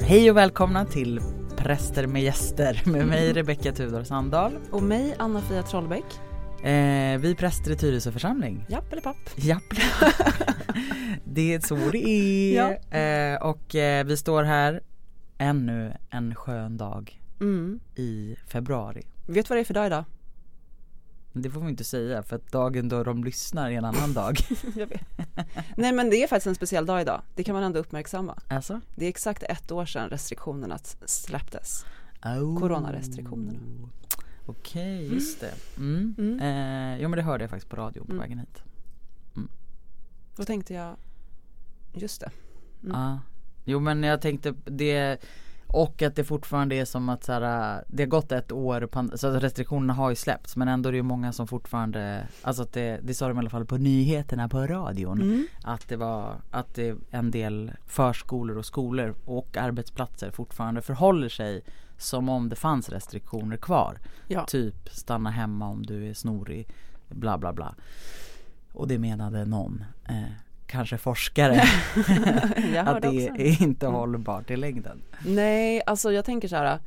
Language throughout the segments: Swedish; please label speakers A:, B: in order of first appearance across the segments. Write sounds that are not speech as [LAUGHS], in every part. A: Hej och välkomna till Präster med gäster med
B: Mm.
A: mig Rebecka Tudor Sandahl.
B: Och mig, Anna-Fia Trollbäck.
A: Eh, vi är präster i Tyresö församling.
B: Japp eller papp.
A: Japp. [LAUGHS] det är så det är. Eh, och eh, vi står här ännu en skön dag
B: Mm.
A: i februari.
B: Vet du vad det är för dag idag?
A: Men det får vi inte säga för att dagen då de lyssnar är en annan
B: [LAUGHS]
A: dag.
B: Jag vet. Nej men det är faktiskt en speciell dag idag. Det kan man ändå uppmärksamma.
A: Alltså?
B: Det är exakt ett år sedan restriktionerna s- släpptes.
A: Oh.
B: Coronarestriktionerna.
A: Okej, just det. Mm.
B: Mm.
A: Eh, jo men det hörde jag faktiskt på radion på
B: Mm.
A: vägen hit.
B: Då tänkte jag, just det. Mm.
A: Ja. Jo men jag tänkte p- det och att det fortfarande är som att så här, äh, det har gått ett år, pan- så att restriktionerna har ju släppts men ändå är det ju många som fortfarande, alltså att det, det sa de i alla fall på nyheterna på radion.
B: Mm.
A: Att det var, att det en del förskolor och skolor och arbetsplatser fortfarande förhåller sig som om det fanns restriktioner kvar.
B: Ja.
A: Typ stanna hemma om du är snorig, bla bla bla. Och det menade någon, eh, kanske
B: [LAUGHS]
A: forskare
B: [LAUGHS] jag
A: att
B: hörde
A: det
B: också. Mm.
A: är inte hållbart i längden.
B: Nej, alltså jag tänker så här.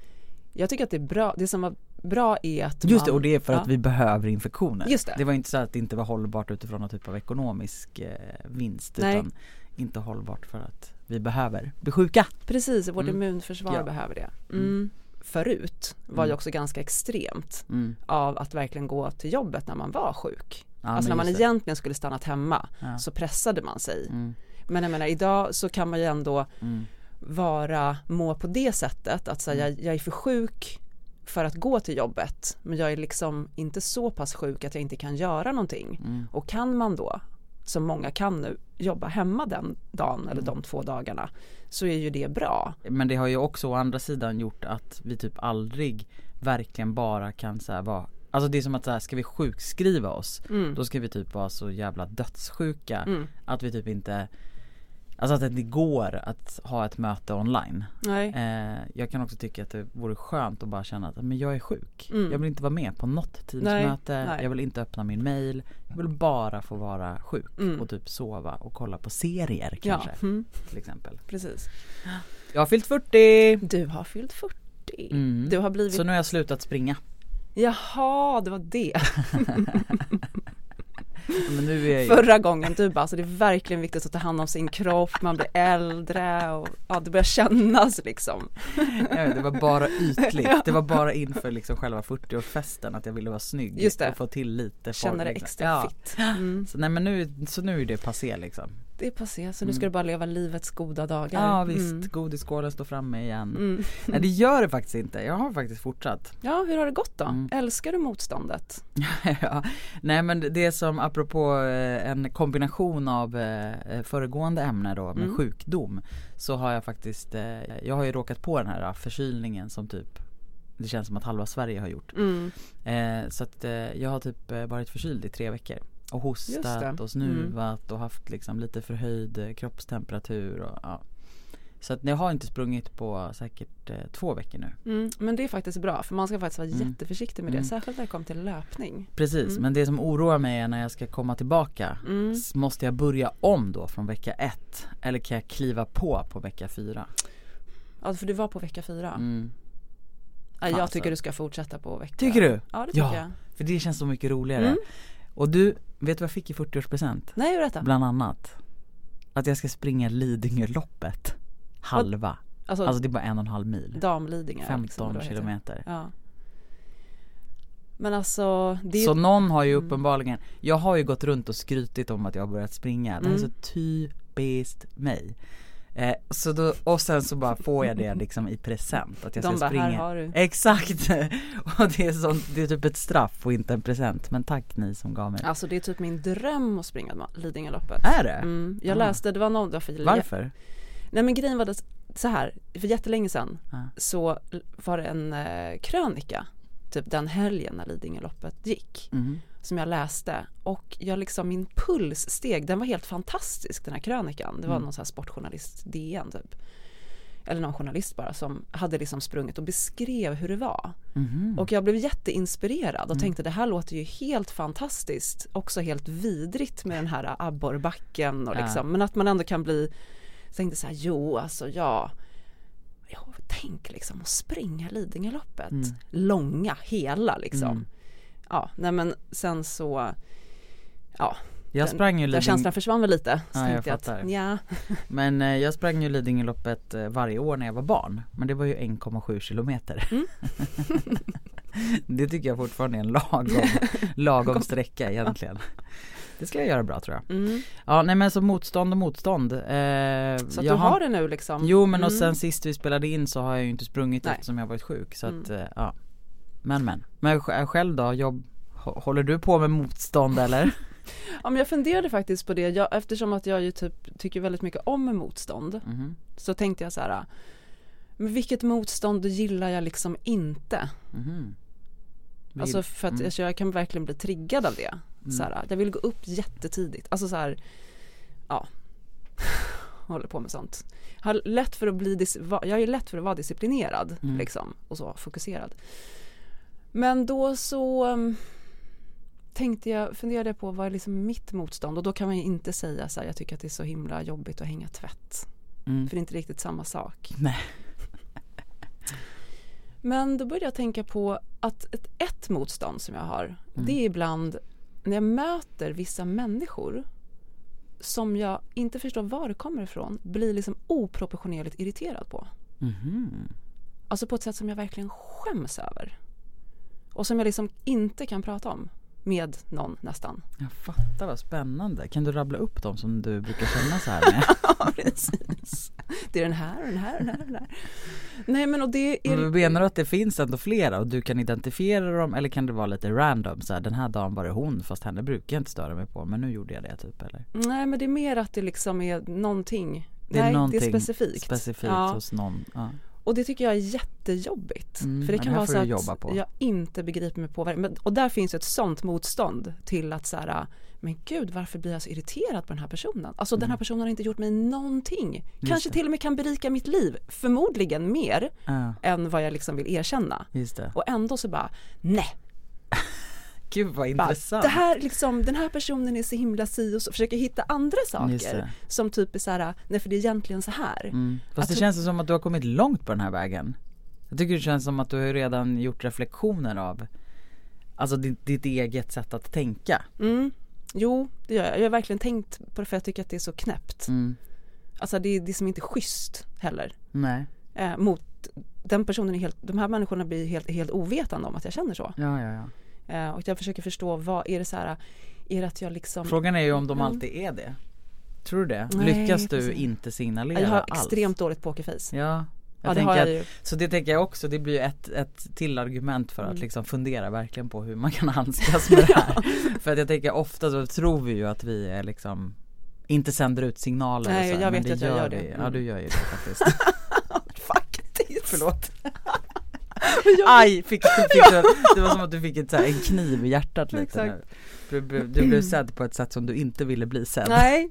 B: Jag tycker att det är bra, det som var bra är att
A: Just
B: man,
A: det, och det är för
B: ja.
A: att vi behöver infektioner.
B: Just det.
A: det var inte så att det inte var hållbart utifrån någon typ av ekonomisk eh, vinst
B: Nej.
A: utan inte hållbart för att vi behöver bli sjuka.
B: Precis, vårt
A: Mm.
B: immunförsvar
A: Ja.
B: behöver det. Mm. Förut var ju också ganska extremt
A: Mm.
B: av att verkligen gå till jobbet när man var sjuk.
A: Ja,
B: alltså när
A: men
B: man
A: just det.
B: egentligen skulle stannat hemma
A: Ja.
B: så pressade man sig.
A: Mm.
B: Men jag menar idag så kan man ju ändå
A: Mm.
B: vara, må på det sättet att säga jag, jag är för sjuk för att gå till jobbet men jag är liksom inte så pass sjuk att jag inte kan göra någonting.
A: Mm.
B: Och kan man då, som många kan nu, jobba hemma den dagen eller
A: Mm.
B: de två dagarna så är ju det bra.
A: Men det har ju också å andra sidan gjort att vi typ aldrig verkligen bara kan så här vara Alltså det är som att så här, ska vi sjukskriva oss
B: Mm.
A: då ska vi typ vara så jävla dödssjuka
B: Mm.
A: att vi typ inte Alltså att det går att ha ett möte online.
B: Nej.
A: Eh, jag kan också tycka att det vore skönt att bara känna att men jag är sjuk.
B: Mm.
A: Jag vill inte vara med på något
B: Nej,
A: Teamsmöte,
B: nej.
A: jag vill inte öppna min mail. Jag vill bara få vara sjuk
B: Mm.
A: och typ sova och kolla på serier
B: Ja,
A: kanske.
B: mm,
A: Till exempel.
B: precis.
A: Jag har fyllt 40!
B: Du har fyllt 40.
A: Mm.
B: Du har blivit...
A: Så nu har jag slutat springa.
B: Jaha, det var det.
A: Men nu är jag [LAUGHS] ju...
B: Förra gången du bara, alltså det är verkligen viktigt att ta hand om sin kropp, man blir äldre och ja, det börjar kännas liksom.
A: jag vet, det var bara
B: [LAUGHS]
A: ytligt. Det var bara inför liksom själva 40-årsfesten att jag ville vara snygg
B: Just det.
A: och få till lite
B: Känner det
A: liksom.
B: extra
A: Ja.
B: fitt. Mm.
A: Så, nej, men nu, så nu är det passé liksom.
B: Det är passé, så nu ska du bara leva livets goda dagar.
A: Ja visst,
B: Mm.
A: godisskålen står framme igen.
B: Mm.
A: Nej det gör det faktiskt inte, jag har faktiskt fortsatt. [LAUGHS]
B: Ja, hur har det gått då?
A: Mm.
B: Älskar du motståndet?
A: ja. Nej men det är som apropå eh, en kombination av eh, föregående ämne då med
B: Mm.
A: sjukdom. Så har jag faktiskt, eh, jag har ju råkat på den här eh, förkylningen som typ det känns som att halva Sverige har gjort.
B: Mm.
A: Eh, så att eh, jag har typ eh, varit förkyld i tre veckor. Och hostat
B: det. Mm.
A: och snuvat och haft liksom lite förhöjd eh, kroppstemperatur och ja. Så att jag har inte sprungit på säkert eh, två veckor nu.
B: Mm. Men det är faktiskt bra, för man ska faktiskt vara
A: Mm.
B: jätteförsiktig med det,
A: Mm.
B: särskilt när det kommer till löpning.
A: Precis,
B: Mm.
A: men det som oroar mig är när jag ska komma tillbaka.
B: Mm.
A: S- Måste jag börja om då från vecka ett? Eller kan jag kliva på på vecka fyra?
B: Ja, för du var på vecka fyra.
A: Mm.
B: Ja, jag
A: Fan, så-
B: tycker du ska fortsätta på vecka...
A: Tycker du?
B: Ja, det Alltså. tycker
A: Ja.
B: jag.
A: För det känns så mycket roligare.
B: Mm.
A: Och du, vet du vad jag fick i 40-årspresent?
B: Nej, berätta.
A: Bland annat att jag ska springa Lidingöloppet halva.
B: Alltså,
A: Alltså det är bara en och en halv mil.
B: Damlidingö. eller vad
A: 15
B: det heter.
A: kilometer.
B: Ja. Men alltså, det är Mm.
A: Så någon har ju uppenbarligen, jag har ju gått runt och skrytit om att jag har börjat springa. Det här är
B: Mm.
A: så typiskt mig. Eh, så då, och sen så bara får jag det liksom i present att jag
B: De
A: ska
B: bara,
A: springa.
B: "Här har du."
A: Exakt! [LAUGHS] Och det är, sånt, det är typ ett straff och inte en present. Men tack ni som gav mig.
B: Alltså det är typ min dröm att springa Ma- Lidingöloppet.
A: Är det?
B: Mm, jag
A: Ah.
B: läste, det var någon, det var för,
A: Varför?
B: Nej men grejen var det, så här, för jättelänge sedan
A: Ah.
B: så var det en eh, krönika, typ den helgen när Lidingöloppet gick,
A: Mm.
B: som jag läste och jag liksom, min puls steg, den var helt fantastisk den här krönikan. Det var
A: Mm.
B: någon så här sportjournalist, DN typ. Eller någon journalist bara som hade liksom sprungit och beskrev hur det var.
A: Mhm.
B: Och jag blev jätteinspirerad och
A: Mm.
B: tänkte det här låter ju helt fantastiskt. Också helt vidrigt med den här abborrbacken och
A: Ja.
B: liksom. Men att man ändå kan bli, jag tänkte så här, jo alltså ja. Jo, tänk liksom att springa Lidingöloppet.
A: Mm.
B: Långa, hela liksom.
A: Mm.
B: Ja, nej men sen så, ja,
A: Jag sprang ju
B: den
A: Lidingö,
B: känslan försvann väl lite. Så
A: Ja, jag
B: tänkte jag
A: fattar.
B: att, ja,
A: men eh, jag sprang ju Lidingöloppet eh, varje år när jag var barn. Men det var ju 1,7 kilometer.
B: Mm.
A: [LAUGHS] det tycker jag fortfarande är en lagom, lagom sträcka egentligen. Det ska jag göra bra tror jag.
B: mm.
A: Ja nej men så motstånd och motstånd. Eh,
B: Så att
A: jag
B: du har det nu liksom.
A: Jo men och
B: Mm.
A: sen sist vi spelade in så har jag ju inte sprungit
B: Nej.
A: eftersom jag har varit sjuk så att
B: Mm.
A: eh, ja. Men men. Men sj- eh, själv då? Jobb, hå- håller du på med motstånd eller?
B: [LAUGHS] Ja, men jag funderade faktiskt på det, jag, eftersom att jag ju typ tycker väldigt mycket om motstånd.
A: Mhm.
B: Så tänkte jag så här, men vilket motstånd gillar jag liksom inte?
A: Mhm. Vill-
B: Alltså för att
A: mm.
B: alltså, jag kan verkligen bli triggad av det. Så här, jag vill gå upp jättetidigt. Alltså så här, ja. [LAUGHS] Håller på med sånt. Jag, har lätt för att bli dis- va- jag är lätt för att vara disciplinerad
A: Mm.
B: liksom, och så fokuserad. Men då så um, tänkte jag, funderade jag på vad är liksom mitt motstånd och då kan man ju inte säga så här, jag tycker att det är så himla jobbigt att hänga tvätt.
A: Mm.
B: För det är inte riktigt samma sak.
A: Nej.
B: [LAUGHS] Men då började jag tänka på att ett, ett motstånd som jag har
A: Mm.
B: det är ibland när jag möter vissa människor som jag inte förstår var det kommer ifrån blir liksom oproportionerligt irriterad på.
A: Mhm.
B: Alltså på ett sätt som jag verkligen skäms över. Och som jag liksom inte kan prata om med någon nästan. [LAUGHS]
A: Jag fattar vad spännande. Kan du rabbla upp dem som du brukar känna så här med?
B: Ja, precis. Det är den här och den här och den här. Och den här. Nej men och det [LAUGHS] är...
A: Men Menar du att det finns ändå flera och du kan identifiera dem eller kan det vara lite random så här, den här dagen var det hon fast henne brukar jag inte störa mig på men nu gjorde jag det typ eller?
B: Nej men det är mer att det liksom är någonting.
A: Det är
B: Nej,
A: någonting
B: det är specifikt.
A: Specifikt
B: Ja.
A: hos någon. Ja.
B: Och det tycker jag är jättejobbigt.
A: Mm,
B: för det
A: men
B: kan
A: det här
B: vara
A: får
B: så
A: du
B: att
A: jobba på.
B: jag inte begriper mig på vad men, Och där finns ju ett sånt motstånd till att så här, men gud varför blir jag så irriterad på den här personen? Alltså
A: Mm.
B: den här personen har inte gjort mig någonting. Kanske till och med kan berika mitt liv, förmodligen mer
A: Ja,
B: än vad jag liksom vill erkänna.
A: just det.
B: Och ändå så bara, nej,
A: Gud vad
B: bara,
A: intressant.
B: det här liksom, den här personen är så himla si och så, försöker hitta andra
A: Just
B: saker
A: det.
B: som typ är så här, nej för det är egentligen så här.
A: Mm. Fast det
B: Att-
A: känns som att du har kommit långt på den här vägen. Jag tycker det känns som att du har ju redan gjort reflektioner av Alltså ditt, ditt eget sätt att tänka.
B: Mm. Jo, det gör jag. Jag har verkligen tänkt på det för jag tycker att det är så knäppt.
A: Mm.
B: Alltså det är det som inte är schysst heller.
A: Nej,
B: Eh, mot den personen är helt, de här människorna blir helt, helt ovetande om att jag känner så.
A: ja ja ja.
B: Eh, och jag försöker förstå vad, är det så här, är det att jag liksom
A: Frågan är ju om de
B: Ja.
A: alltid är det. Tror du det?
B: Nej,
A: Lyckas du
B: precis.
A: inte signalera
B: jag har
A: alls?
B: extremt dåligt pokerface.
A: Ja, jag
B: Ja, det
A: tänker
B: har jag
A: att,
B: ju. [LAUGHS]
A: Så det tänker jag också, det blir ju ett, ett till argument för att
B: Mm.
A: liksom fundera verkligen på hur man kan [LAUGHS] handskas med det
B: [LAUGHS]
A: här. För att jag tänker ofta så tror vi ju att vi är liksom inte sänder ut signaler
B: Nej,
A: och så här,
B: jag
A: men
B: vet att
A: det
B: jag
A: gör
B: gör
A: vi.
B: det.
A: Ja
B: Mm.
A: du gör ju det
B: [LAUGHS]
A: faktiskt.
B: Faktiskt!
A: Förlåt.
B: Jag-
A: Aj, fick, fick du, det var som att du fick ett, så här, en kniv i hjärtat lite
B: [LAUGHS] Exakt.
A: nu. Du, blev- du blev sedd på ett sätt som du inte ville bli sedd. [LAUGHS]
B: Nej,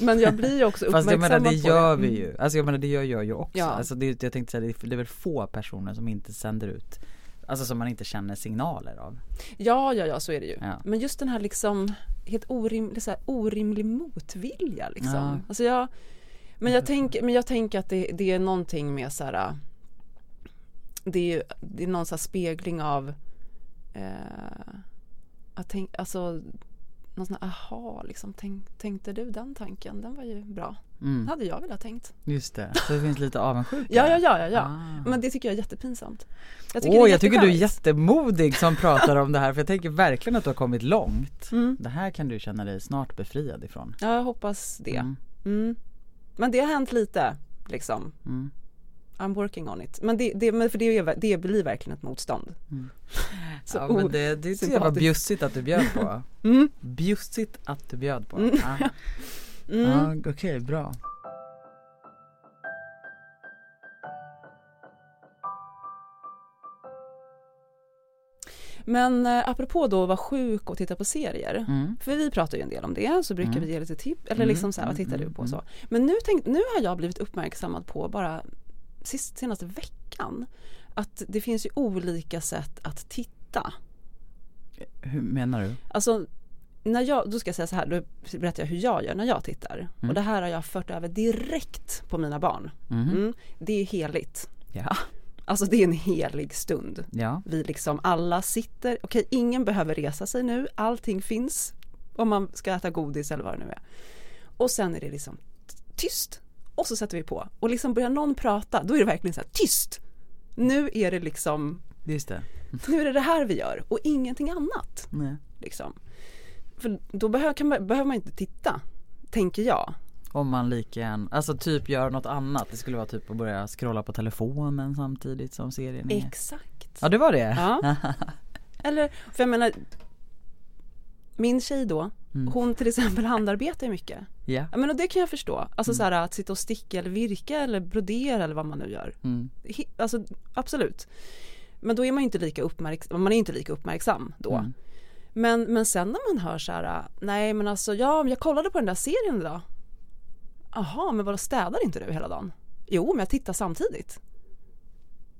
B: men jag blir ju också
A: Fast jag
B: uppmärksammad
A: menar det
B: på
A: gör
B: det. Mm.
A: vi ju, alltså jag menar det gör jag ju också.
B: Ja.
A: Alltså det, är- jag tänkte säga det är- det är väl få personer som inte sänder ut, alltså som man inte känner signaler av.
B: Ja, ja, ja, så är det ju.
A: Ja.
B: Men just den här liksom helt orimlig, så här, orimlig motvilja liksom.
A: Ja. Mm.
B: Alltså jag, men, jag tänk, men jag tänker att det, det är någonting med så här, det är, ju- det är någon så här spegling av, eh, att tänk, alltså någon sån här aha, liksom, tänk, tänkte du den tanken, den var ju bra. Den
A: Mm,
B: hade jag velat tänkt.
A: just det, så det finns lite avundsjuka.
B: Ja, ja, ja, ja, ja.
A: Ah.
B: Men det tycker jag är jättepinsamt. Jag
A: Åh,
B: det är
A: jag tycker du är
B: jättecharmigt.
A: jättemodig
B: [LAUGHS]
A: som pratar om det här för jag tänker verkligen att du har kommit långt.
B: Mm.
A: Det här kan du känna dig snart befriad ifrån.
B: Ja, jag hoppas det.
A: Mm,
B: Mm. Men det har hänt lite liksom.
A: mm.
B: I'm working on it. Men det, det, men för det, är, det blir verkligen ett motstånd. Så,
A: ja, men
B: oh,
A: det, det tycker jag var
B: sympatiskt.
A: bjussigt att du bjöd
B: [LAUGHS]
A: på.
B: Mm.
A: Bjussigt att du bjöd på.
B: Mm.
A: Ah.
B: mm.
A: Ja, okej, bra.
B: Men eh, apropå då att vara sjuk och titta på serier.
A: Mm.
B: För vi pratar ju en del om det, så brukar
A: Mm.
B: vi ge lite tips. Eller
A: Mm,
B: liksom så här,
A: mm,
B: vad tittar
A: mm,
B: du på och så. Men nu, tänk, nu har jag blivit uppmärksammad på bara sist, senaste veckan. Att det finns ju olika sätt att titta.
A: Hur menar du?
B: Alltså, när jag, då ska jag säga så här, då berättar jag hur jag gör när jag tittar. Och det här har jag fört över direkt på mina barn.
A: Mhm.
B: Mm. Det är heligt.
A: Ja.
B: Alltså det är en helig stund.
A: Ja.
B: Vi liksom alla sitter, okej ingen behöver resa sig nu, allting finns om man ska äta godis eller vad det nu är. Och sen är det liksom tyst och så sätter vi på och liksom börjar någon prata då är det verkligen så här tyst. Nu är det liksom,
A: Just det.
B: nu är det det här vi gör och ingenting annat.
A: Nej.
B: Liksom. För då behöver, kan man, behöver man inte titta, tänker jag.
A: Om man lika gärna, alltså typ gör något annat. Det skulle vara typ att börja scrolla på telefonen samtidigt som serien är.
B: Exakt.
A: Ja det var det.
B: Ja. Eller, för jag menar, min tjej då, hon till exempel handarbetar ju mycket.
A: Ja.
B: Ja, men och det kan jag förstå. Alltså så här, att sitta och sticka eller virka eller brodera eller vad man nu gör.
A: Mm.
B: Hi- Alltså absolut. Men då är man ju inte lika uppmärksam, man är ju inte lika uppmärksam då.
A: Mm.
B: Men, men sen när man hör så här, nej men alltså ja, men jag kollade på den där serien idag. Jaha, men vadå städar inte du hela dagen? Jo, men jag tittar samtidigt.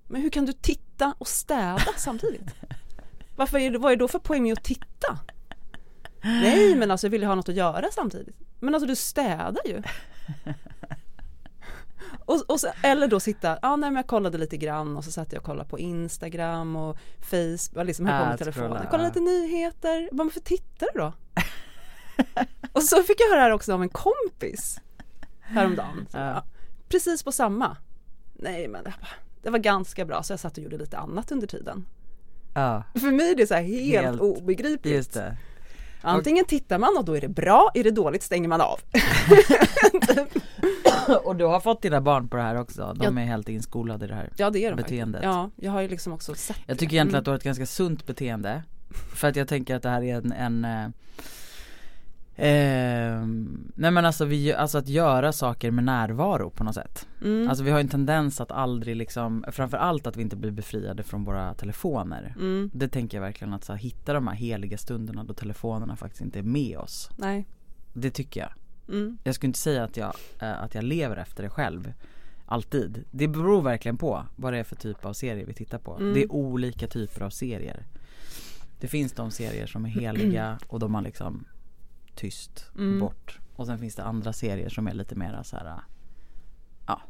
B: Men hur kan du titta och städa samtidigt? Varför är det, vad är det då för poäng med att titta? Nej, men alltså jag vill ju ha något att göra samtidigt. Men alltså du städar ju. Och, och så, eller då sitta, ja nej men jag kollade lite grann och så satt jag och kollade på Instagram och Facebook, liksom höll på
A: Ah,
B: med telefonen.
A: scrolla,
B: Kolla
A: ja.
B: lite nyheter, vad för tittar du då? och så fick jag höra det här också av en kompis häromdagen. Så,
A: Ja.
B: ja, precis på samma. Nej men det var, det var ganska bra så jag satt och gjorde lite annat under tiden.
A: Ja.
B: För mig är det så här helt,
A: Helt.
B: obegripligt.
A: Just [LAUGHS] det.
B: Antingen tittar man och då är det bra, är det dåligt stänger man av. [LAUGHS]
A: Och du har fått dina barn på det här också. De är helt inskolade i det här.
B: Ja det är de
A: Beteendet.
B: Faktiskt. Ja, jag har ju liksom också sett
A: Jag tycker egentligen att du har ett ganska sunt beteende. För att jag tänker att det här är en, en eh, ehm, nej men alltså, vi, alltså att göra saker med närvaro på något sätt.
B: mm,
A: Alltså vi har ju en tendens att aldrig liksom, framförallt att vi inte blir befriade från våra telefoner.
B: mm,
A: Det tänker jag verkligen att så här, hitta de här heliga stunderna då telefonerna faktiskt inte är med oss.
B: Nej.
A: Det tycker jag.
B: Mm.
A: Jag skulle inte säga att jag, eh, att jag lever efter det själv. Alltid. Det beror verkligen på vad det är för typ av serie vi tittar på.
B: Mm.
A: Det är olika typer av serier. Det finns de serier som är
B: [CLEARS THROAT]
A: heliga och de har liksom tyst
B: Mm.
A: bort. Och sen finns det andra serier som är lite mera så här. Ja,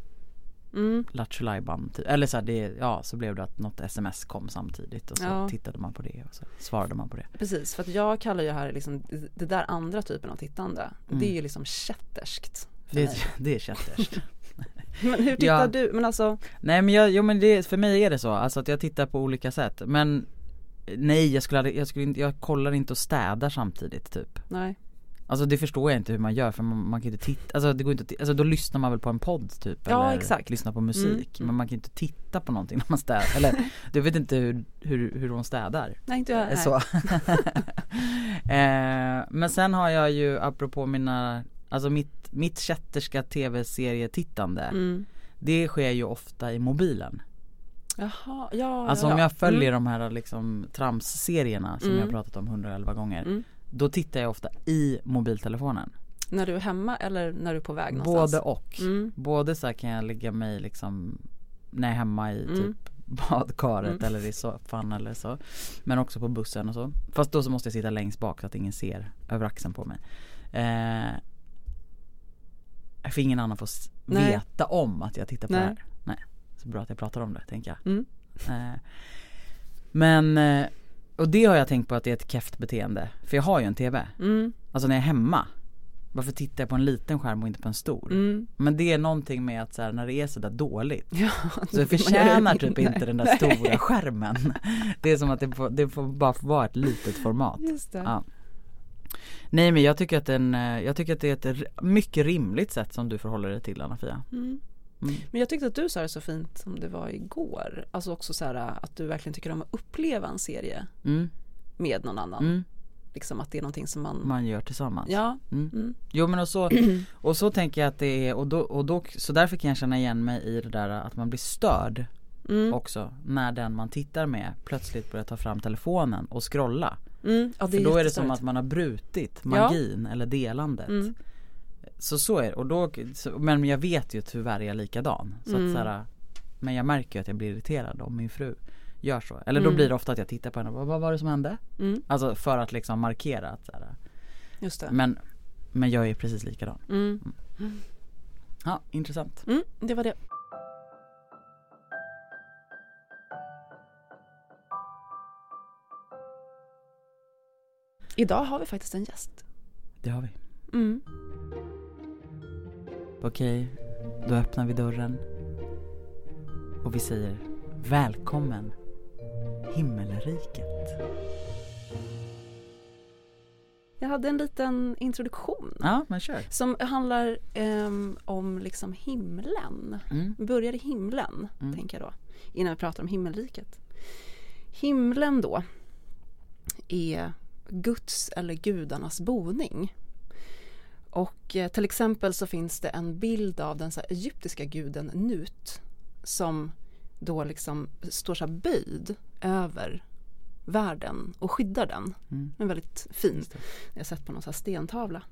B: Mm.
A: Lattjo Lajban typ. Eller så här, det, ja så blev det att något sms kom samtidigt och så
B: Ja.
A: tittade man på det och så svarade man på det.
B: Precis, för att jag kallar ju här liksom det där andra typen av tittande.
A: Mm.
B: Det är ju liksom kätterskt. för
A: Det,
B: mig.
A: är- [LAUGHS] det är kätterskt.
B: Men hur tittar
A: Ja.
B: du? Men alltså,
A: Nej men jag, jo men det, för mig är det så, alltså att jag tittar på olika sätt men Nej jag skulle aldrig, jag skulle inte, jag kollar inte och städar samtidigt typ
B: nej.
A: Alltså det förstår jag inte hur man gör för man, man kan ju inte titta, alltså det går inte att ti- alltså då lyssnar man väl på en podd typ
B: Ja,
A: eller
B: exakt. Mm,
A: lyssnar på musik men man kan ju inte titta på någonting när man städar
B: [LAUGHS]
A: eller du vet inte hur, hur, hur hon städar
B: Nej, inte jag.
A: Eh,
B: Nej. [LAUGHS]
A: Så. eh, men sen har jag ju apropå mina, alltså mitt, mitt kätterska tv-serietittande
B: Mm.
A: Det sker ju ofta i mobilen
B: Jaha, ja.
A: Alltså
B: ja, Mm.
A: om
B: ja.
A: jag följer de här liksom tramsserierna som jag pratat om 111 gånger
B: Mm.
A: Då tittar jag ofta i mobiltelefonen
B: När du är hemma eller när du är på väg någonstans?
A: Både och
B: Mm.
A: Både så här kan jag lägga mig liksom När jag är hemma i
B: Mm.
A: typ badkaret eller i soffan eller så Men också på bussen och så Fast då så måste jag sitta längst bak så att ingen ser över axeln på mig eh, För ingen annan får s-
B: Nej.
A: veta om att jag tittar på
B: Nej.
A: det här Nej Så bra att jag pratar om det tänker jag
B: Mm.
A: Eh, Men, eh, och det har jag tänkt på att det är ett keft beteende. För jag har ju en TV.
B: Mm.
A: Alltså när jag är hemma. Varför tittar jag på en liten skärm och inte på en stor?
B: Mm.
A: Men det är någonting med att så här, när det är sådär
B: [LAUGHS]
A: dåligt
B: Ja,
A: så det förtjänar typ inte den där stora skärmen. [LAUGHS] Det är som att det får, det får bara få vara ett litet format.
B: Just det.
A: Ja. Nej men jag tycker att, den, eh, jag tycker att det är ett r- mycket rimligt sätt som du förhåller dig till Anna-Fia.
B: Mm.
A: Mm.
B: Men jag tyckte att du sa det så fint som det var igår. Alltså också så här att du verkligen tycker om att uppleva en serie
A: Mm.
B: med någon annan.
A: Mm.
B: Liksom att det är någonting som man...
A: Man gör tillsammans.
B: Ja.
A: Mm.
B: Mm. [CLEARS THROAT]
A: Jo men och så, och så tänker jag att det är, och då, och då, så därför kan jag känna igen mig i det där att man blir störd
B: Mm.
A: också när den man tittar med plötsligt börjar ta fram telefonen och scrolla.
B: Mm. ja det
A: För
B: är
A: då är det som att
B: jättestörigt. Mm.
A: man har brutit magin eller delandet. Så så är det, och då, så, men jag vet ju tyvärr är jag likadan. Så att, så här, men jag märker ju att jag blir irriterad om min fru gör så. Eller då blir det ofta att jag tittar på henne och bara, vad var det som hände?
B: Mm.
A: Alltså för att liksom markera att så här,
B: Just det.
A: men, men jag är precis likadan.
B: Mm.
A: Ja, intressant.
B: Mm. Det var det. Idag har vi faktiskt en gäst.
A: Det har vi.
B: Mm.
A: Okej, då öppnar vi dörren. Och vi säger välkommen himmelriket.
B: Jag hade en liten introduktion
A: Ja, men kör.
B: som handlar ehm, om liksom himlen.
A: Mm.
B: Börjar i himlen,
A: Mm.
B: tänker jag då, innan vi pratar om himmelriket. Himlen då är Guds eller gudarnas boning. Och eh, till exempel så finns det en bild av den så här egyptiska guden Nut som då liksom står så här böjd över världen och skyddar den.
A: Mm.
B: Den är väldigt fin.
A: Just det.
B: Jag har sett på någon så här stentavla.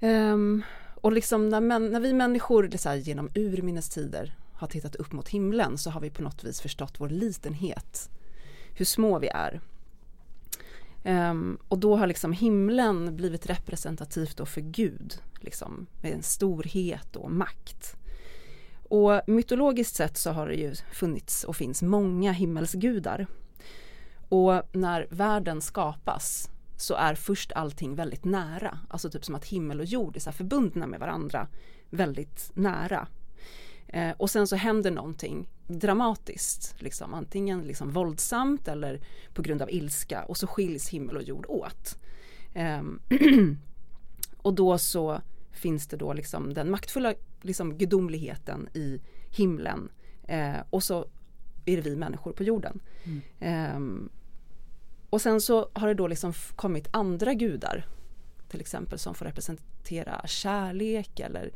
B: Ehm, och liksom när, män, när vi människor det så här, genom urminnes tider har tittat upp mot himlen så har vi på något vis förstått vår litenhet. Hur små vi är. Ehm, och då har liksom himlen blivit representativt då för Gud. Liksom, med en storhet och makt. Och mytologiskt sett så har det ju funnits och finns många himmelsgudar. Och när världen skapas så är först allting väldigt nära. Alltså typ som att himmel och jord är så här förbundna med varandra väldigt nära. Eh, och sen så händer någonting dramatiskt, liksom, antingen liksom våldsamt eller på grund av ilska och så skiljs himmel och jord åt. Ehm, och då så finns det då liksom den maktfulla liksom gudomligheten i himlen eh, och så är det vi människor på jorden. Ehm, och sen så har det då liksom f- kommit andra gudar. Till exempel som får representera kärlek eller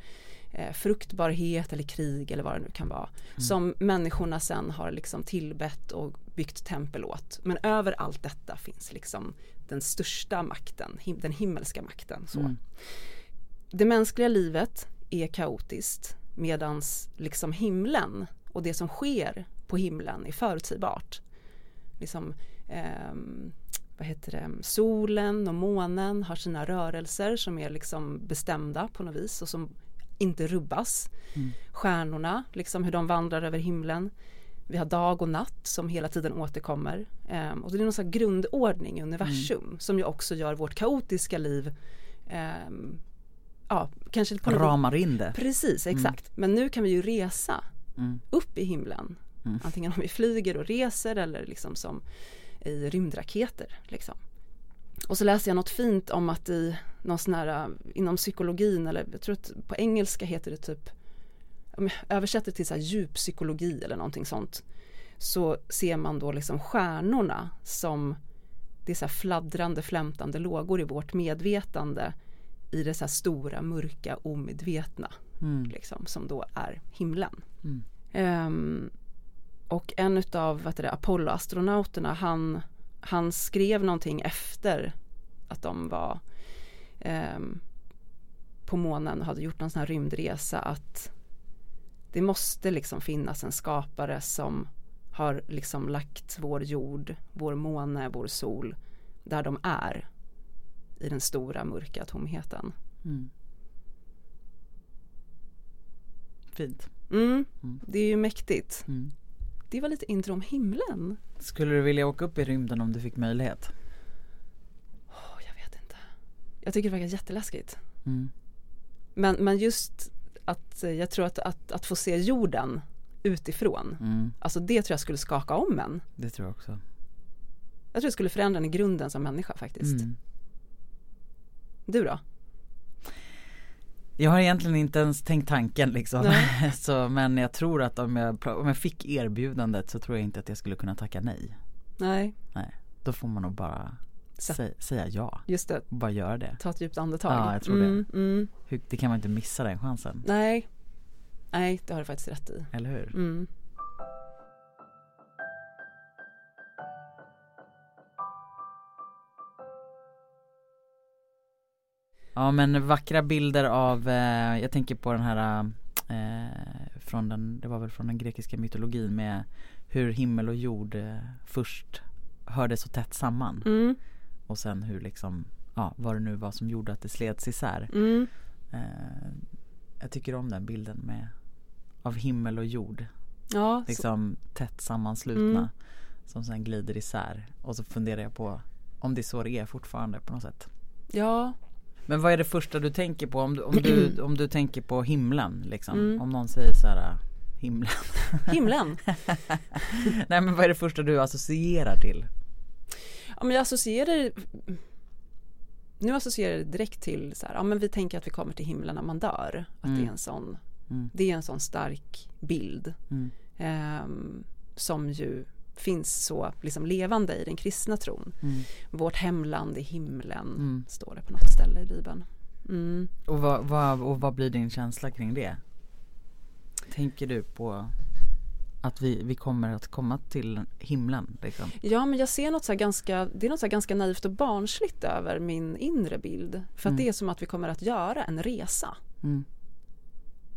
B: eh, fruktbarhet eller krig eller vad det nu kan vara. Som människorna sen har liksom tillbett och byggt tempel åt. Men över allt detta finns liksom den största makten, him- den himmelska makten. Så.
A: Mm.
B: Det mänskliga livet är kaotiskt medan liksom himlen och det som sker på himlen är förutsägbart liksom, ehm, vad heter det, solen och månen har sina rörelser som är liksom bestämda på något vis och som inte rubbas. Stjärnorna, liksom hur de vandrar över himlen. Vi har dag och natt som hela tiden återkommer. Ehm, och det är någon slags grundordning i universum som ju också gör vårt kaotiska liv ehm, ja, kanske på något
A: Ramar in det.
B: Precis, exakt. Men nu kan vi ju resa
A: Mm.
B: upp i himlen. Antingen om vi flyger och reser eller liksom som i rymdraketer. Liksom. Och så läser jag något fint om att i någon sån här, äh, inom psykologin eller jag tror att på engelska heter det typ om jag översätter till så här djuppsykologi eller någonting sånt så ser man då liksom stjärnorna som det är så här fladdrande flämtande lågor i vårt medvetande i det så här stora mörka omedvetna
A: Mm.
B: liksom, som då är himlen.
A: Mm.
B: Ehm, och en utav vad heter det, Apollo-astronauterna han, han skrev någonting efter att de var ehm, på månen och hade gjort någon sån här rymdresa att det måste liksom finnas en skapare som har liksom lagt vår jord, vår måne, vår sol där de är i den stora mörka tomheten.
A: Mm. Fint.
B: Mm,
A: Mm.
B: det är ju mäktigt.
A: Mm.
B: Det var lite intro om himlen.
A: Skulle du vilja åka upp i rymden om du fick möjlighet?
B: Åh, jag vet inte. Jag tycker det verkar jätteläskigt.
A: Mm.
B: Men, men just att eh, jag tror att, att, att få se jorden utifrån.
A: Mm.
B: Alltså det tror jag skulle skaka om en.
A: Det tror jag också.
B: Jag tror det skulle förändra en i grunden som människa faktiskt.
A: Mm.
B: Du då?
A: Jag har egentligen inte ens tänkt tanken liksom. [LAUGHS]
B: Nej.
A: så, men jag tror att om jag, om jag fick erbjudandet så tror jag inte att jag skulle kunna tacka nej.
B: Nej,
A: Då får man nog bara
B: Så-
A: sä- säga ja.
B: just det.
A: Och bara göra det.
B: Ta ett djupt andetag.
A: Ja, jag tror det.
B: mm, Mm.
A: Hur, det kan man inte missa den chansen.
B: Nej. Nej, det har du faktiskt rätt i.
A: Eller hur?
B: Mm.
A: Ja men vackra bilder av, eh, jag tänker på den här eh, från den, det var väl från den grekiska mytologin med hur himmel och jord eh, först hörde så tätt samman
B: Mm.
A: och sen hur liksom, ja vad det nu var som gjorde att det slets isär.
B: Mm.
A: Eh, jag tycker om den bilden med av himmel och jord
B: Ja, så,
A: liksom tätt sammanslutna
B: Alltså-
A: som
B: Mm.
A: sen glider isär och så funderar jag på Om det är så det är fortfarande på något sätt.
B: Ja,
A: Men vad är det första du tänker på om du, om du, om du tänker på himlen liksom?
B: Mm.
A: Om någon säger så här äh, himlen. [LAUGHS]
B: himlen.
A: Nej men vad är det första du associerar till?
B: Ja, men jag associerar nu associerar jag det direkt till så här, ja men vi tänker att vi kommer till himlen när man dör. Att det är en sån,
A: Mm.
B: det är en sån stark bild.
A: Mm.
B: ehm, som ju finns så liksom levande i den kristna tron.
A: Mm.
B: Vårt hemland är himlen,
A: Mm.
B: står det på något ställe i Bibeln. Mm.
A: Och vad, vad, och vad blir din känsla kring det? Tänker du på att vi, vi kommer att komma till himlen liksom?
B: Ja men jag ser något så här ganska, det är något så här ganska naivt och barnsligt över min inre bild. För att det är som att vi kommer att göra en resa.
A: Mm.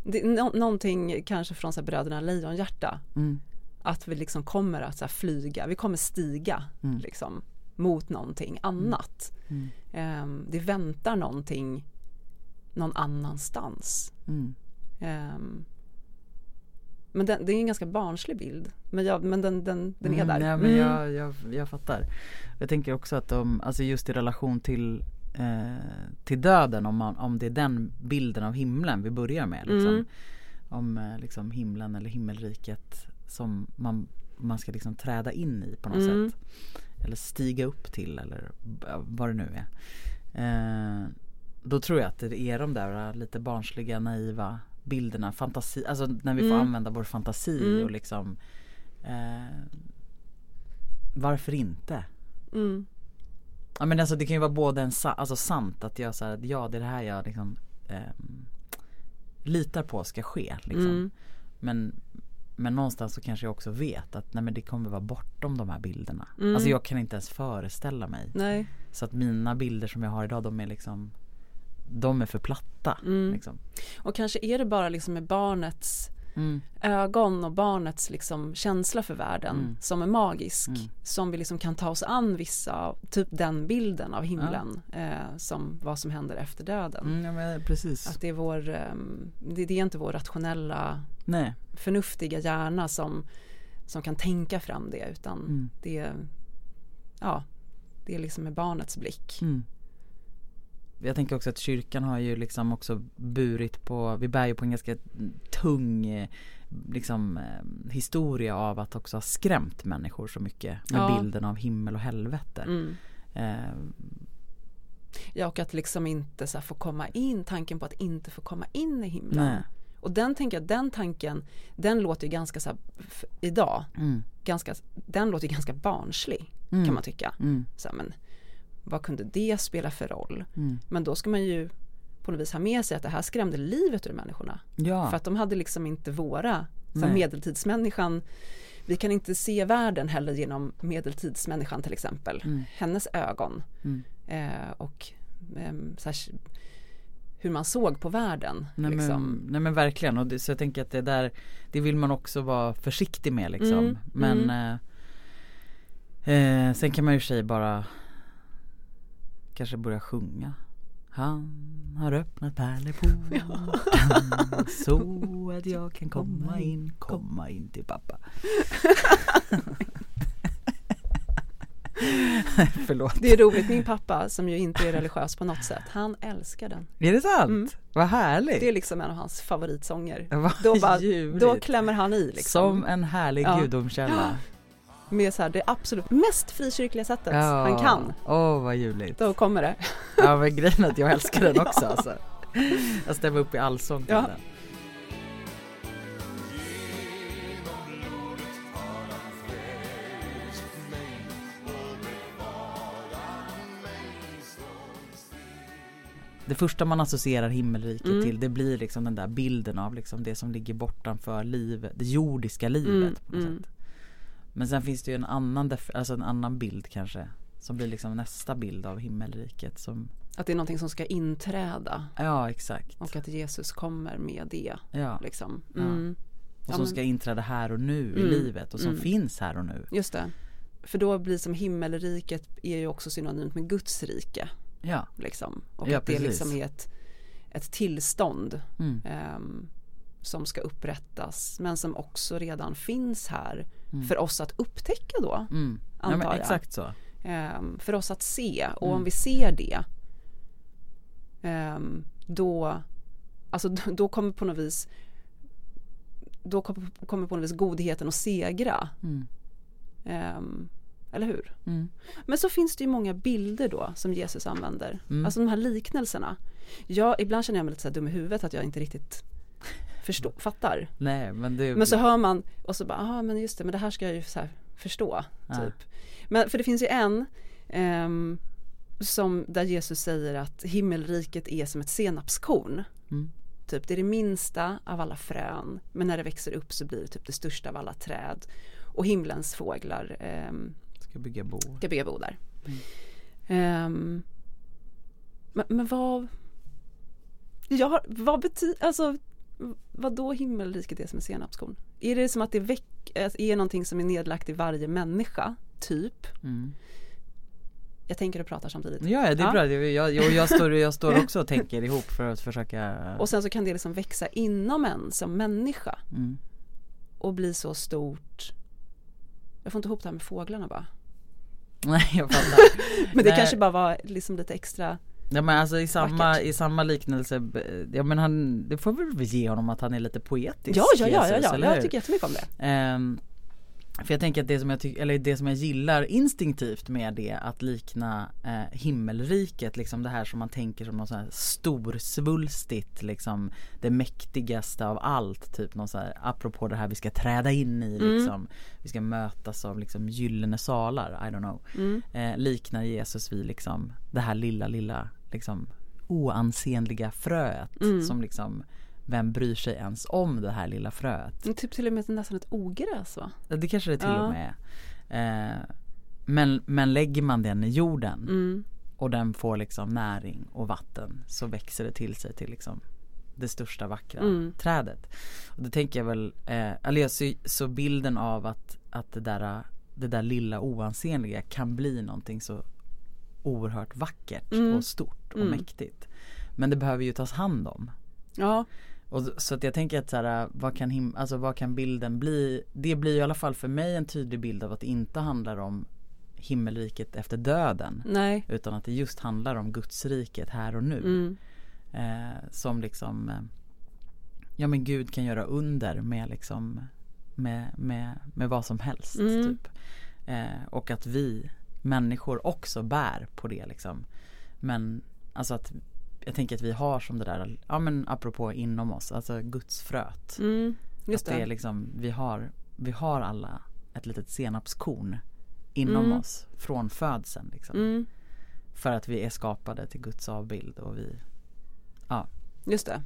B: Det, är nå- någonting kanske från så här Bröderna Lejonhjärta.
A: Mm.
B: Att vi liksom kommer att så här flyga, vi kommer stiga liksom, mot någonting annat.
A: Mm.
B: Ehm, det väntar någonting någon annanstans.
A: Mm.
B: Ehm, men den, det är en ganska barnslig bild. Men, jag, men den, den, den är där.
A: Nej, men
B: Mm.
A: jag, jag, jag fattar. Jag tänker också att de, alltså just i relation till, eh, till döden om, man, om det är den bilden av himlen vi börjar med. Liksom.
B: Mm.
A: Om eh, liksom himlen eller himmelriket som man, man ska liksom träda in i på något
B: Mm.
A: sätt. Eller stiga upp till eller b- vad det nu är. Eh, då tror jag att det är de där lite barnsliga, naiva bilderna, fantasi, alltså när vi får
B: Mm.
A: använda vår fantasi
B: Mm.
A: och liksom eh, Varför inte?
B: Mm.
A: Ja men alltså det kan ju vara både en sa- alltså sant att jag säger att ja det är det här jag liksom ehm, litar på ska ske liksom.
B: Mm.
A: Men, men någonstans så kanske jag också vet att nej men det kommer vara bortom de här bilderna.
B: Mm.
A: Alltså jag kan inte ens föreställa mig.
B: Nej.
A: Så att mina bilder som jag har idag de är liksom De är för platta
B: Mm.
A: liksom.
B: Och kanske är det bara liksom med barnets
A: Mm.
B: ögon och barnets liksom känsla för världen
A: Mm.
B: som är magisk.
A: Mm.
B: Som vi liksom kan ta oss an vissa, typ den bilden av himlen. Eh, som vad som händer efter döden.
A: Mm, ja, men precis.
B: Att det är vår, ehm, det, det är inte vår rationella
A: Nej.
B: förnuftiga hjärna som, som kan tänka fram det utan
A: Mm.
B: det, ja, det är liksom med barnets blick.
A: Mm. Jag tänker också att kyrkan har ju liksom också burit på, vi bär ju på en ganska tung eh, liksom, eh, historia av att också ha skrämt människor så mycket med
B: Ja.
A: bilden av himmel och helvete.
B: Mm.
A: Eh,
B: Ja, och att liksom inte så här få komma in, tanken på att inte få komma in i himlen.
A: Nej.
B: Och den tänker jag, den tanken, den låter ju ganska så här, f- idag,
A: mm,
B: ganska, den låter ju ganska barnslig
A: Mm.
B: kan man tycka.
A: mm,
B: Så här, men vad kunde det spela för roll?
A: mm.
B: Men då ska man ju på något vis ha med sig att det här skrämde livet ur människorna.
A: Ja,
B: För att de hade liksom inte våra, som
A: Nej.
B: medeltidsmänniskan, vi kan inte se världen heller genom medeltidsmänniskan till exempel, hennes ögon.
A: Mm.
B: Eh, och ehm, så här, hur man såg på världen.
A: nej,
B: liksom.
A: men, nej men verkligen och det, så jag tänker att det där Det vill man också vara försiktig med liksom
B: Mm,
A: men eh, eh, Sen kan man ju i och för sig bara Kanske börja sjunga Han har öppnat
B: [LAUGHS]
A: pärleporten Så att jag kan komma in, komma in till
B: [LAUGHS]
A: pappa [LAUGHS] Förlåt
B: Det är roligt, min pappa som ju inte är religiös på något sätt, han älskar den.
A: Är det sant? Vad härligt!
B: Mm. Det är liksom en av hans favoritsånger.
A: Vad
B: Då, bara,
A: ljuvligt.
B: då klämmer han i liksom.
A: Som en härlig
B: Ja.
A: gudomskälla
B: Med så här, det absolut mest frikyrkliga sättet
A: Ja.
B: han kan.
A: Åh vad ljuvligt.
B: Då kommer det.
A: Ja men grejen är att jag älskar
B: [LAUGHS]
A: den också alltså. Jag stämmer upp i allsång till
B: Ja.
A: den. Det första man associerar himmelriket
B: Mm.
A: till det blir liksom den där bilden av liksom det som ligger bortanför livet, det jordiska livet
B: Mm,
A: på något
B: mm.
A: sätt. Men sen finns det ju en annan, def- alltså en annan bild kanske som blir liksom nästa bild av himmelriket som,
B: Att det är någonting som ska inträda
A: ja exakt.
B: och att Jesus kommer med det.
A: Ja.
B: Liksom.
A: Ja.
B: Mm,
A: Och
B: Ja,
A: som
B: men-
A: ska inträda här och nu i
B: Mm,
A: livet och som
B: mm.
A: finns här och nu.
B: just det. För då blir som himmelriket är ju också synonymt med Guds rike.
A: Ja.
B: Liksom. Och
A: Ja,
B: att det
A: precis.
B: liksom är ett, ett tillstånd
A: Mm.
B: ehm, som ska upprättas men som också redan finns här för oss att upptäcka då.
A: Mm. Ja, men
B: Antar jag.
A: exakt så.
B: ehm, för oss att se och
A: Mm.
B: om vi ser det ehm, då, alltså, då- då kommer på något vis då kom- kommer på något vis godheten att segra.
A: Mm.
B: ehm, eller hur?
A: Mm.
B: Men så finns det ju många bilder då som Jesus använder.
A: Mm.
B: Alltså de här liknelserna. Jag, ibland känner jag mig lite så här dum i huvudet att jag inte riktigt förstå, fattar.
A: Nej men det
B: Men så hör man och så bara, ja men just det, men det här ska jag ju så här förstå.
A: Ja.
B: Typ. Men, för det finns ju en ehm, som där Jesus säger att himmelriket är som ett senapskorn.
A: Mm.
B: Typ, det är det minsta av alla frön men när det växer upp så blir det typ det största av alla träd. Och himlens fåglar ehm,
A: Ska bygga bo
B: ska bygga bo där. Ehm, men, men vad... Jag har, vad betyder, alltså vad då himmelriket är som en senapskorn? Är det som att det väck, att är någonting som är nedlagt i varje människa, typ?
A: mm.
B: Jag tänker och pratar samtidigt.
A: Ja ja, det är
B: Ja.
A: bra, Det- jag, jag, jag, står, jag står också och tänker ihop för att försöka
B: Och sen så kan det liksom växa inom en som människa
A: mm.
B: och bli så stort. Jag får inte ihop det här med fåglarna bara.
A: Nej jag fattar
B: Men det
A: Nej.
B: kanske bara var liksom lite extra.
A: Ja men alltså i samma,
B: Vackert.
A: i samma liknelse, b- ja men han, det får vi väl ge honom att han är lite poetisk
B: Ja, ja, ja, ja, ja.
A: eller hur?
B: jag tycker jättemycket om det.
A: Ehm, för jag tänker att det som jag, tycker eller det som jag gillar instinktivt med det att likna eh, himmelriket, liksom det här som man tänker som något sån här storsvulstigt, liksom det mäktigaste av allt, typ någon så här, apropå det här vi ska träda in
B: Mm.
A: i liksom, vi ska mötas av liksom gyllene salar, I don't know,
B: Mm.
A: eh, liknar Jesus vid liksom det här lilla, lilla, liksom oansenliga fröet som liksom vem bryr sig ens om det här lilla fröet?
B: Men Typ till och med nästan ett ogräs va?
A: Ja, Det kanske det till
B: Ja.
A: och med är. Eh, men, men lägger man den i jorden
B: Mm.
A: och den får liksom näring och vatten så växer det till sig till liksom det största vackra trädet. Och det tänker jag väl, eh, eller jag ser så bilden av att, att det, där, eh, det där lilla oansenliga kan bli någonting så oerhört vackert och stort och mäktigt. Men det behöver ju tas hand om.
B: Ja,
A: Och så att jag tänker att så här, vad, kan him- alltså, vad kan bilden bli? Det blir ju i alla fall för mig en tydlig bild av att det inte handlar om himmelriket efter döden.
B: nej.
A: Utan att det just handlar om Gudsriket här och nu.
B: Mm.
A: Eh, som liksom eh, Ja men Gud kan göra under med liksom Med, med, med vad som helst
B: Mm.
A: typ. eh, Och att vi människor också bär på det liksom Men alltså att Jag tänker att vi har som det där Ja men apropå inom oss, alltså Guds fröt
B: Mm, just
A: Att det är
B: det.
A: liksom, vi har, vi har alla ett litet senapskorn inom oss från födseln liksom.
B: Mm,
A: För att vi är skapade till Guds avbild och vi
B: just det.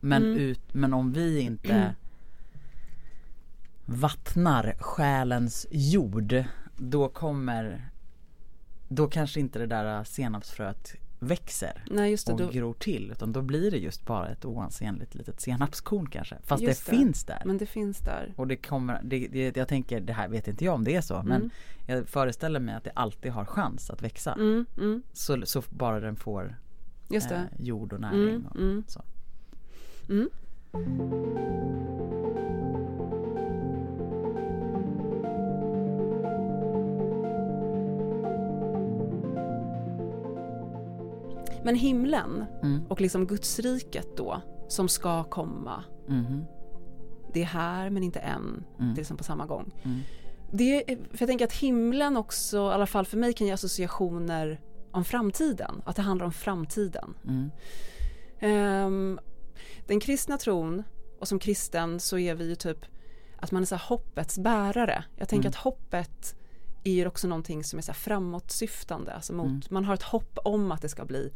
A: Men,
B: Mm.
A: ut, men om vi inte vattnar själens jord då kommer då kanske inte det där senapsfröet växer
B: Nej, just det.
A: och
B: Då,
A: gror till utan då blir det just bara ett oansenligt litet senapskorn kanske. Fast det,
B: Just det.
A: finns där.
B: men det finns där.
A: Och det kommer, det, det, jag tänker, det här vet inte jag om det är så men jag föreställer mig att det alltid har chans att växa.
B: Mm, mm,
A: Så, så bara den får
B: just
A: eh,
B: det.
A: jord och näring. och
B: mm.
A: Så.
B: Mm. Men himlen
A: Mm.
B: och liksom Gudsriket då som ska komma.
A: Mhm.
B: Det är här men inte än.
A: Mm-hmm.
B: Det är liksom på samma gång.
A: Mm.
B: Det är, för jag tänker att himlen också, i alla fall för mig kan ge associationer om framtiden. Att det handlar om framtiden.
A: Mm.
B: Ehm, den kristna tron och som kristen så är vi ju typ att man är så här hoppets bärare. Jag tänker att hoppet är ju också någonting som är så här framåtsyftande. Alltså mot, Man har ett hopp om att det ska bli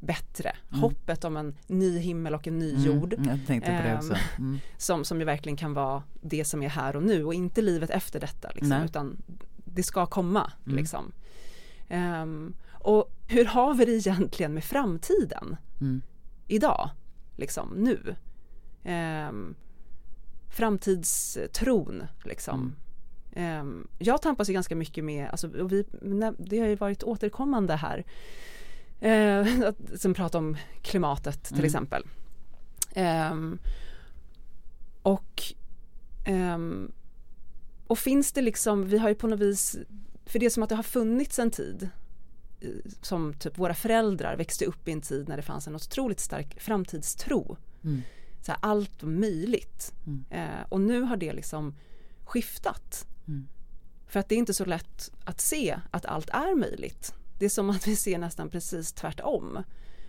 B: bättre. Hoppet om en ny himmel och en ny jord.
A: Mm, Jag tänkte på det också. Mm.
B: Som, som ju verkligen kan vara det som är här och nu och inte livet efter detta. Liksom,
A: Nej.
B: utan det ska komma. Liksom. Ehm, och hur har vi det egentligen med framtiden?
A: Mm.
B: Idag, liksom nu. Ehm, framtidstron, liksom. Ehm, jag tampas ju ganska mycket med, alltså, och vi, nej, det har ju varit återkommande här. Eh, [LAUGHS] att, som pratar om klimatet till exempel. Ehm, och, ehm, och finns det liksom, vi har ju på något vis För det är som att det har funnits en tid eh, som typ våra föräldrar växte upp i en tid när det fanns en otroligt stark framtidstro.
A: Mm.
B: Så här, allt var möjligt.
A: Mm.
B: Eh, och nu har det liksom skiftat.
A: Mm.
B: För att det är inte så lätt att se att allt är möjligt. Det är som att vi ser nästan precis tvärtom.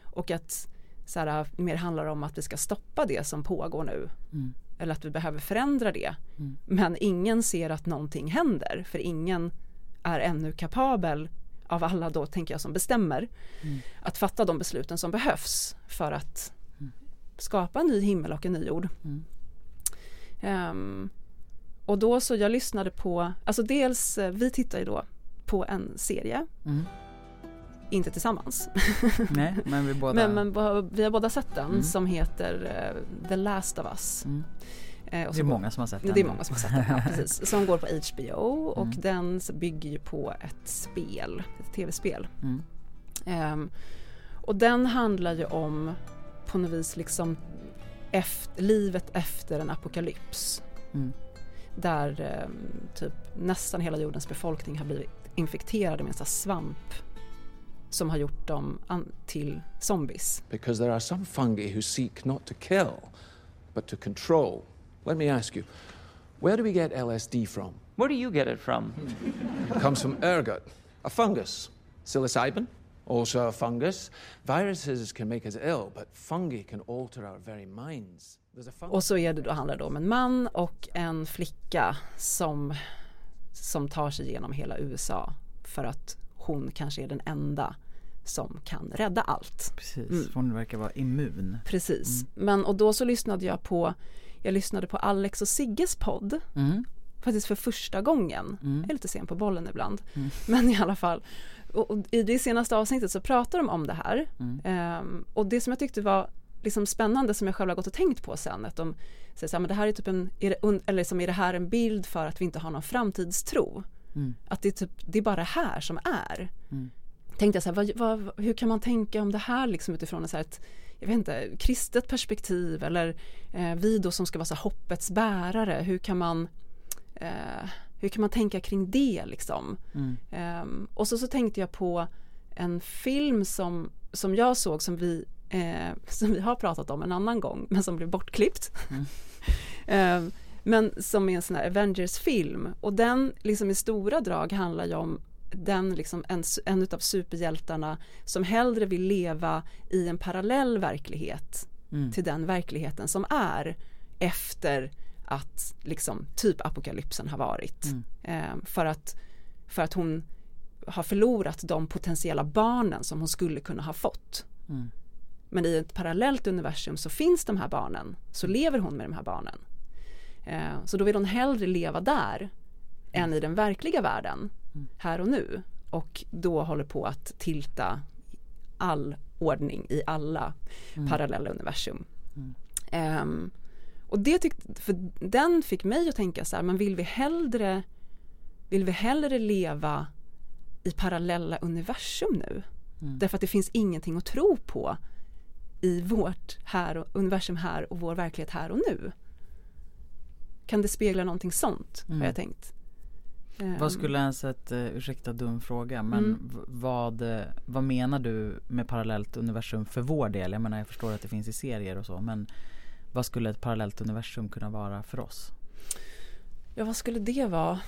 B: Och att så här, mer handlar om att vi ska stoppa det som pågår nu.
A: Mm.
B: Eller att vi behöver förändra det.
A: Mm.
B: Men ingen ser att någonting händer. För ingen är ännu kapabel av alla då tänker jag som bestämmer
A: Mm.
B: att fatta de besluten som behövs för att skapa en ny himmel och en ny jord.
A: Mm.
B: Ehm, och då så jag lyssnade på, alltså dels eh, vi tittar ju då på en serie,
A: Mm.
B: inte tillsammans,
A: Nej men vi båda
B: men, men bo- vi har båda sett den
A: Mm.
B: som heter eh, The Last of Us.
A: Mm.
B: Eh, och
A: Det
B: så
A: är
B: går-
A: många som har sett den
B: Det är många som har sett den, ja,
A: [LAUGHS]
B: precis. Som går på HBO och
A: Mm.
B: den så bygger ju på ett spel, ett tv-spel.
A: mm.
B: Ehm, och den handlar ju om på något vis liksom efter, livet efter en apokalyps.
A: Mm.
B: Där ehm, typ nästan hela jordens befolkning har blivit infekterade med en sån här svamp som har gjort dem an- till zombies.
C: because there are some fungi who seek not to kill, but to control. Let me ask you, where do we get LSD from?
D: Where do you get it from?
C: It comes from ergot, a fungus. Psilocybin, also a fungus. Viruses can make us ill, but fungi can alter our very minds. There's a fungus.
B: Och så är det då, handlar det om en man och en flicka som, som tar sig genom hela USA för att hon kanske är den enda som kan rädda allt.
A: Precis,
B: Mm.
A: hon verkar vara immun
B: Precis. Men och då så lyssnade jag på jag lyssnade på Alex och Sigges podd.
A: Mm-hmm.
B: Faktiskt för första gången. Jag är lite sen på bollen ibland. [LAUGHS] Men i alla fall. Och, och i det senaste avsnittet så pratar de om det här. Ehm, och det som jag tyckte var liksom spännande som jag själv har gått och tänkt på sen. Att de säger så här, men det här är typ en, är det, un- eller liksom, är det här en bild för att vi inte har någon framtidstro? Att det är, typ, det är bara det här som är tänkte jag så här, vad, vad, hur kan man tänka om det här liksom utifrån ett, så här ett jag vet inte, kristet perspektiv eller eh, vi då som ska vara så här hoppets bärare, hur kan man eh, hur kan man tänka kring det liksom? Ehm, och så, så tänkte jag på en film som, som jag såg som vi, eh, [LAUGHS] som vi har pratat om en annan gång men som blev bortklippt. [LAUGHS] Ehm, men som är en sån här Avengers-film och den liksom i stora drag handlar ju om den liksom en, su- en utav superhjältarna som hellre vill leva i en parallell verklighet till den verkligheten som är efter att liksom typ apokalypsen har varit. Ehm, för, att, för att hon har förlorat de potentiella barnen som hon skulle kunna ha fått.
A: Mm-hmm.
B: Men i ett parallellt universum så finns de här barnen, så lever hon med de här barnen. Eh, Så då vill hon hellre leva där än i den verkliga världen, här och nu. Och då håller på att tilta all ordning i alla parallella universum. Ehm, och det tyckte, för den fick mig att tänka så här, men vill vi hellre, vill vi hellre leva i parallella universum nu? Därför att det finns ingenting att tro på i vårt här och, universum här och vår verklighet här och nu. Kan det spegla någonting sånt, har jag tänkt. Ehm,
A: Mm. Vad skulle ens ett, eh, ursäkta dum fråga men
B: Mm.
A: v- vad, eh, vad menar du med parallellt universum för vår del? Jag menar jag förstår att det finns i serier och så men vad skulle ett parallellt universum kunna vara för oss?
B: Ja, vad skulle det vara?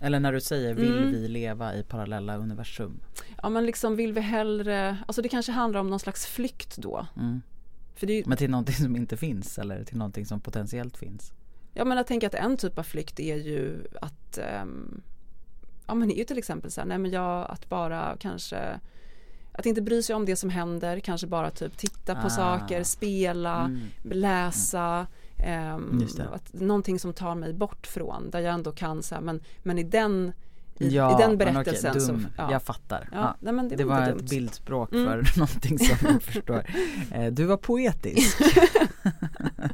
A: Eller när du säger vill
B: Mm.
A: vi leva i parallella universum?
B: Ja, men liksom vill vi hellre... Alltså det kanske handlar om någon slags flykt då.
A: Mm.
B: För det är ju,
A: Men till någonting som inte finns eller till någonting som potentiellt finns?
B: ja, men jag tänker att en typ av flykt är ju att... ehm, ja, men det är ju till exempel så här, nej men jag, att bara kanske... Att inte bry sig om det som händer, kanske bara typ titta på
A: Ah.
B: saker, spela, läsa. ehm,
A: Just det.
B: att, någonting som tar mig bort från, där jag ändå kan så här, men, men i den... I,
A: Ja,
B: i den
A: men okej,
B: berättelsen
A: dum.
B: så... Ja.
A: Jag fattar.
B: Ja,
A: Ja.
B: nej, men det
A: Det, var
B: var inte
A: ett
B: dumt. Mm.
A: bildspråk för [LAUGHS] någonting som jag
B: [LAUGHS]
A: förstår. Eh, Du var poetisk. [LAUGHS]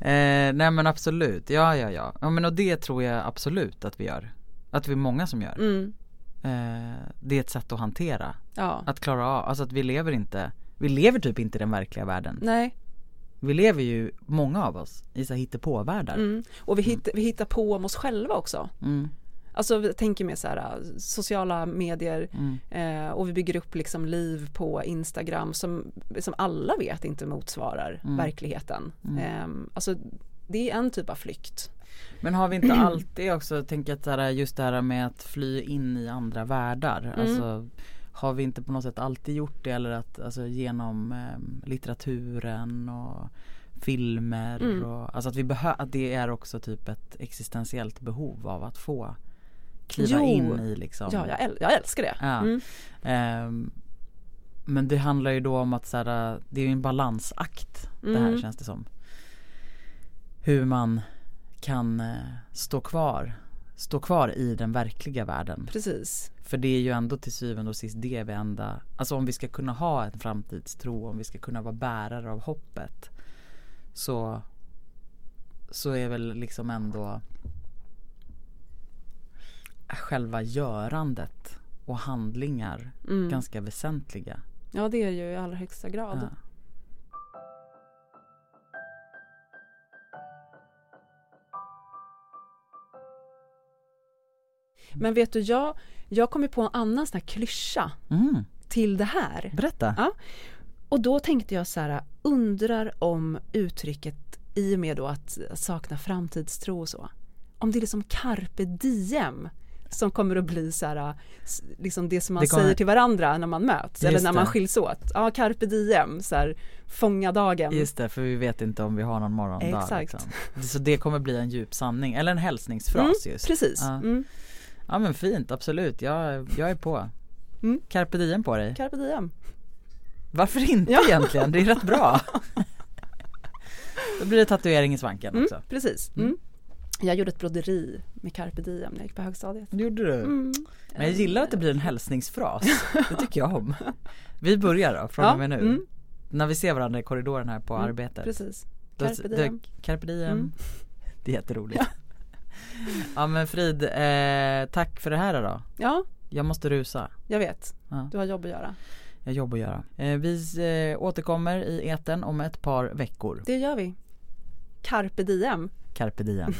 A: eh, nej men absolut, ja ja ja. ja men och det tror jag absolut att vi gör. Att vi är många som gör.
B: Mm,
A: Eh, det är ett sätt att hantera.
B: ja.
A: Att klara av, alltså att vi lever inte, vi lever typ inte i den verkliga världen.
B: Nej,
A: Vi lever ju, många av oss, i så här hittepåvärldar.
B: Mm. Och vi, hitt, vi hittar på om oss själva också.
A: Mm.
B: Alltså vi tänker mer så här äh, sociala medier
A: mm.
B: eh, och vi bygger upp liksom liv på Instagram som, som alla vet inte motsvarar
A: Mm.
B: verkligheten. Eh, alltså det är en typ av flykt.
A: Men har vi inte alltid också tänkt att så här, just det här med att fly in i andra världar.
B: Mm.
A: Alltså, har vi inte på något sätt alltid gjort det eller att alltså, genom eh, litteraturen och filmer
B: Mm.
A: och alltså att vi behöver, att det är också typ ett existentiellt behov av att få kliva
B: Jo.
A: in i liksom.
B: Ja, jag, äl- jag älskar det. Mm,
A: Ja. Ehm, men det handlar ju då om att så här, det är ju en balansakt det här känns det som. Hur man kan eh, stå kvar, stå kvar i den verkliga världen.
B: Precis.
A: För det är ju ändå till syvende och sist det vi enda, alltså om vi ska kunna ha en framtidstro, om vi ska kunna vara bärare av hoppet. Så, så är väl liksom ändå själva görandet och handlingar ganska väsentliga.
B: Mm. Ja, det är ju i allra högsta grad.
A: Ja.
B: Men vet du, jag, jag kom ju på en annan sån här klyscha
A: Mm,
B: till det här.
A: berätta.
B: Ja. Och då tänkte jag så här, undrar om uttrycket i och med då att sakna framtidstro och så, om det är liksom carpe diem som kommer att bli så här, s- liksom det som man
A: Det kommer-
B: säger till varandra när man möts eller
A: Just
B: när man
A: det.
B: skiljs åt. Ja, carpe diem, så här, fånga dagen.
A: Just det, för vi vet inte om vi har någon morgondag.
B: Exakt.
A: Liksom. Så det kommer bli en djup sanning, eller en hälsningsfras
B: Mm,
A: just.
B: Precis.
A: Ja.
B: Mm.
A: Ja men fint, absolut. Jag, jag är på.
B: Mm.
A: Carpe diem på dig.
B: Carpe diem.
A: Varför inte
B: Ja.
A: egentligen? Det är rätt bra. Då blir det tatuering i svanken
B: Mm,
A: också.
B: precis. Mm. Jag gjorde ett broderi med carpe diem när jag gick på högstadiet.
A: gjorde du.
B: Mm.
A: Men jag gillar att det blir en hälsningsfras. Det tycker jag
B: [LAUGHS]
A: om. Vi börjar då, från
B: Ja,
A: och med nu.
B: mm.
A: När vi ser varandra i korridoren här på
B: Mm,
A: arbetet.
B: Precis.
A: Då-
B: Carpe
A: då-
B: diem.
A: Carpe diem.
B: Mm.
A: [LAUGHS] Det är jätteroligt. [LAUGHS] Ja, men Frid, eh, tack för det här då.
B: Ja,
A: Jag måste rusa.
B: jag vet.
A: Ja.
B: Du har jobb att göra.
A: Jag har jobb att göra. Eh, vi eh, återkommer i eten om ett par veckor.
B: Det gör vi. Carpe diem.
A: Carpe diem.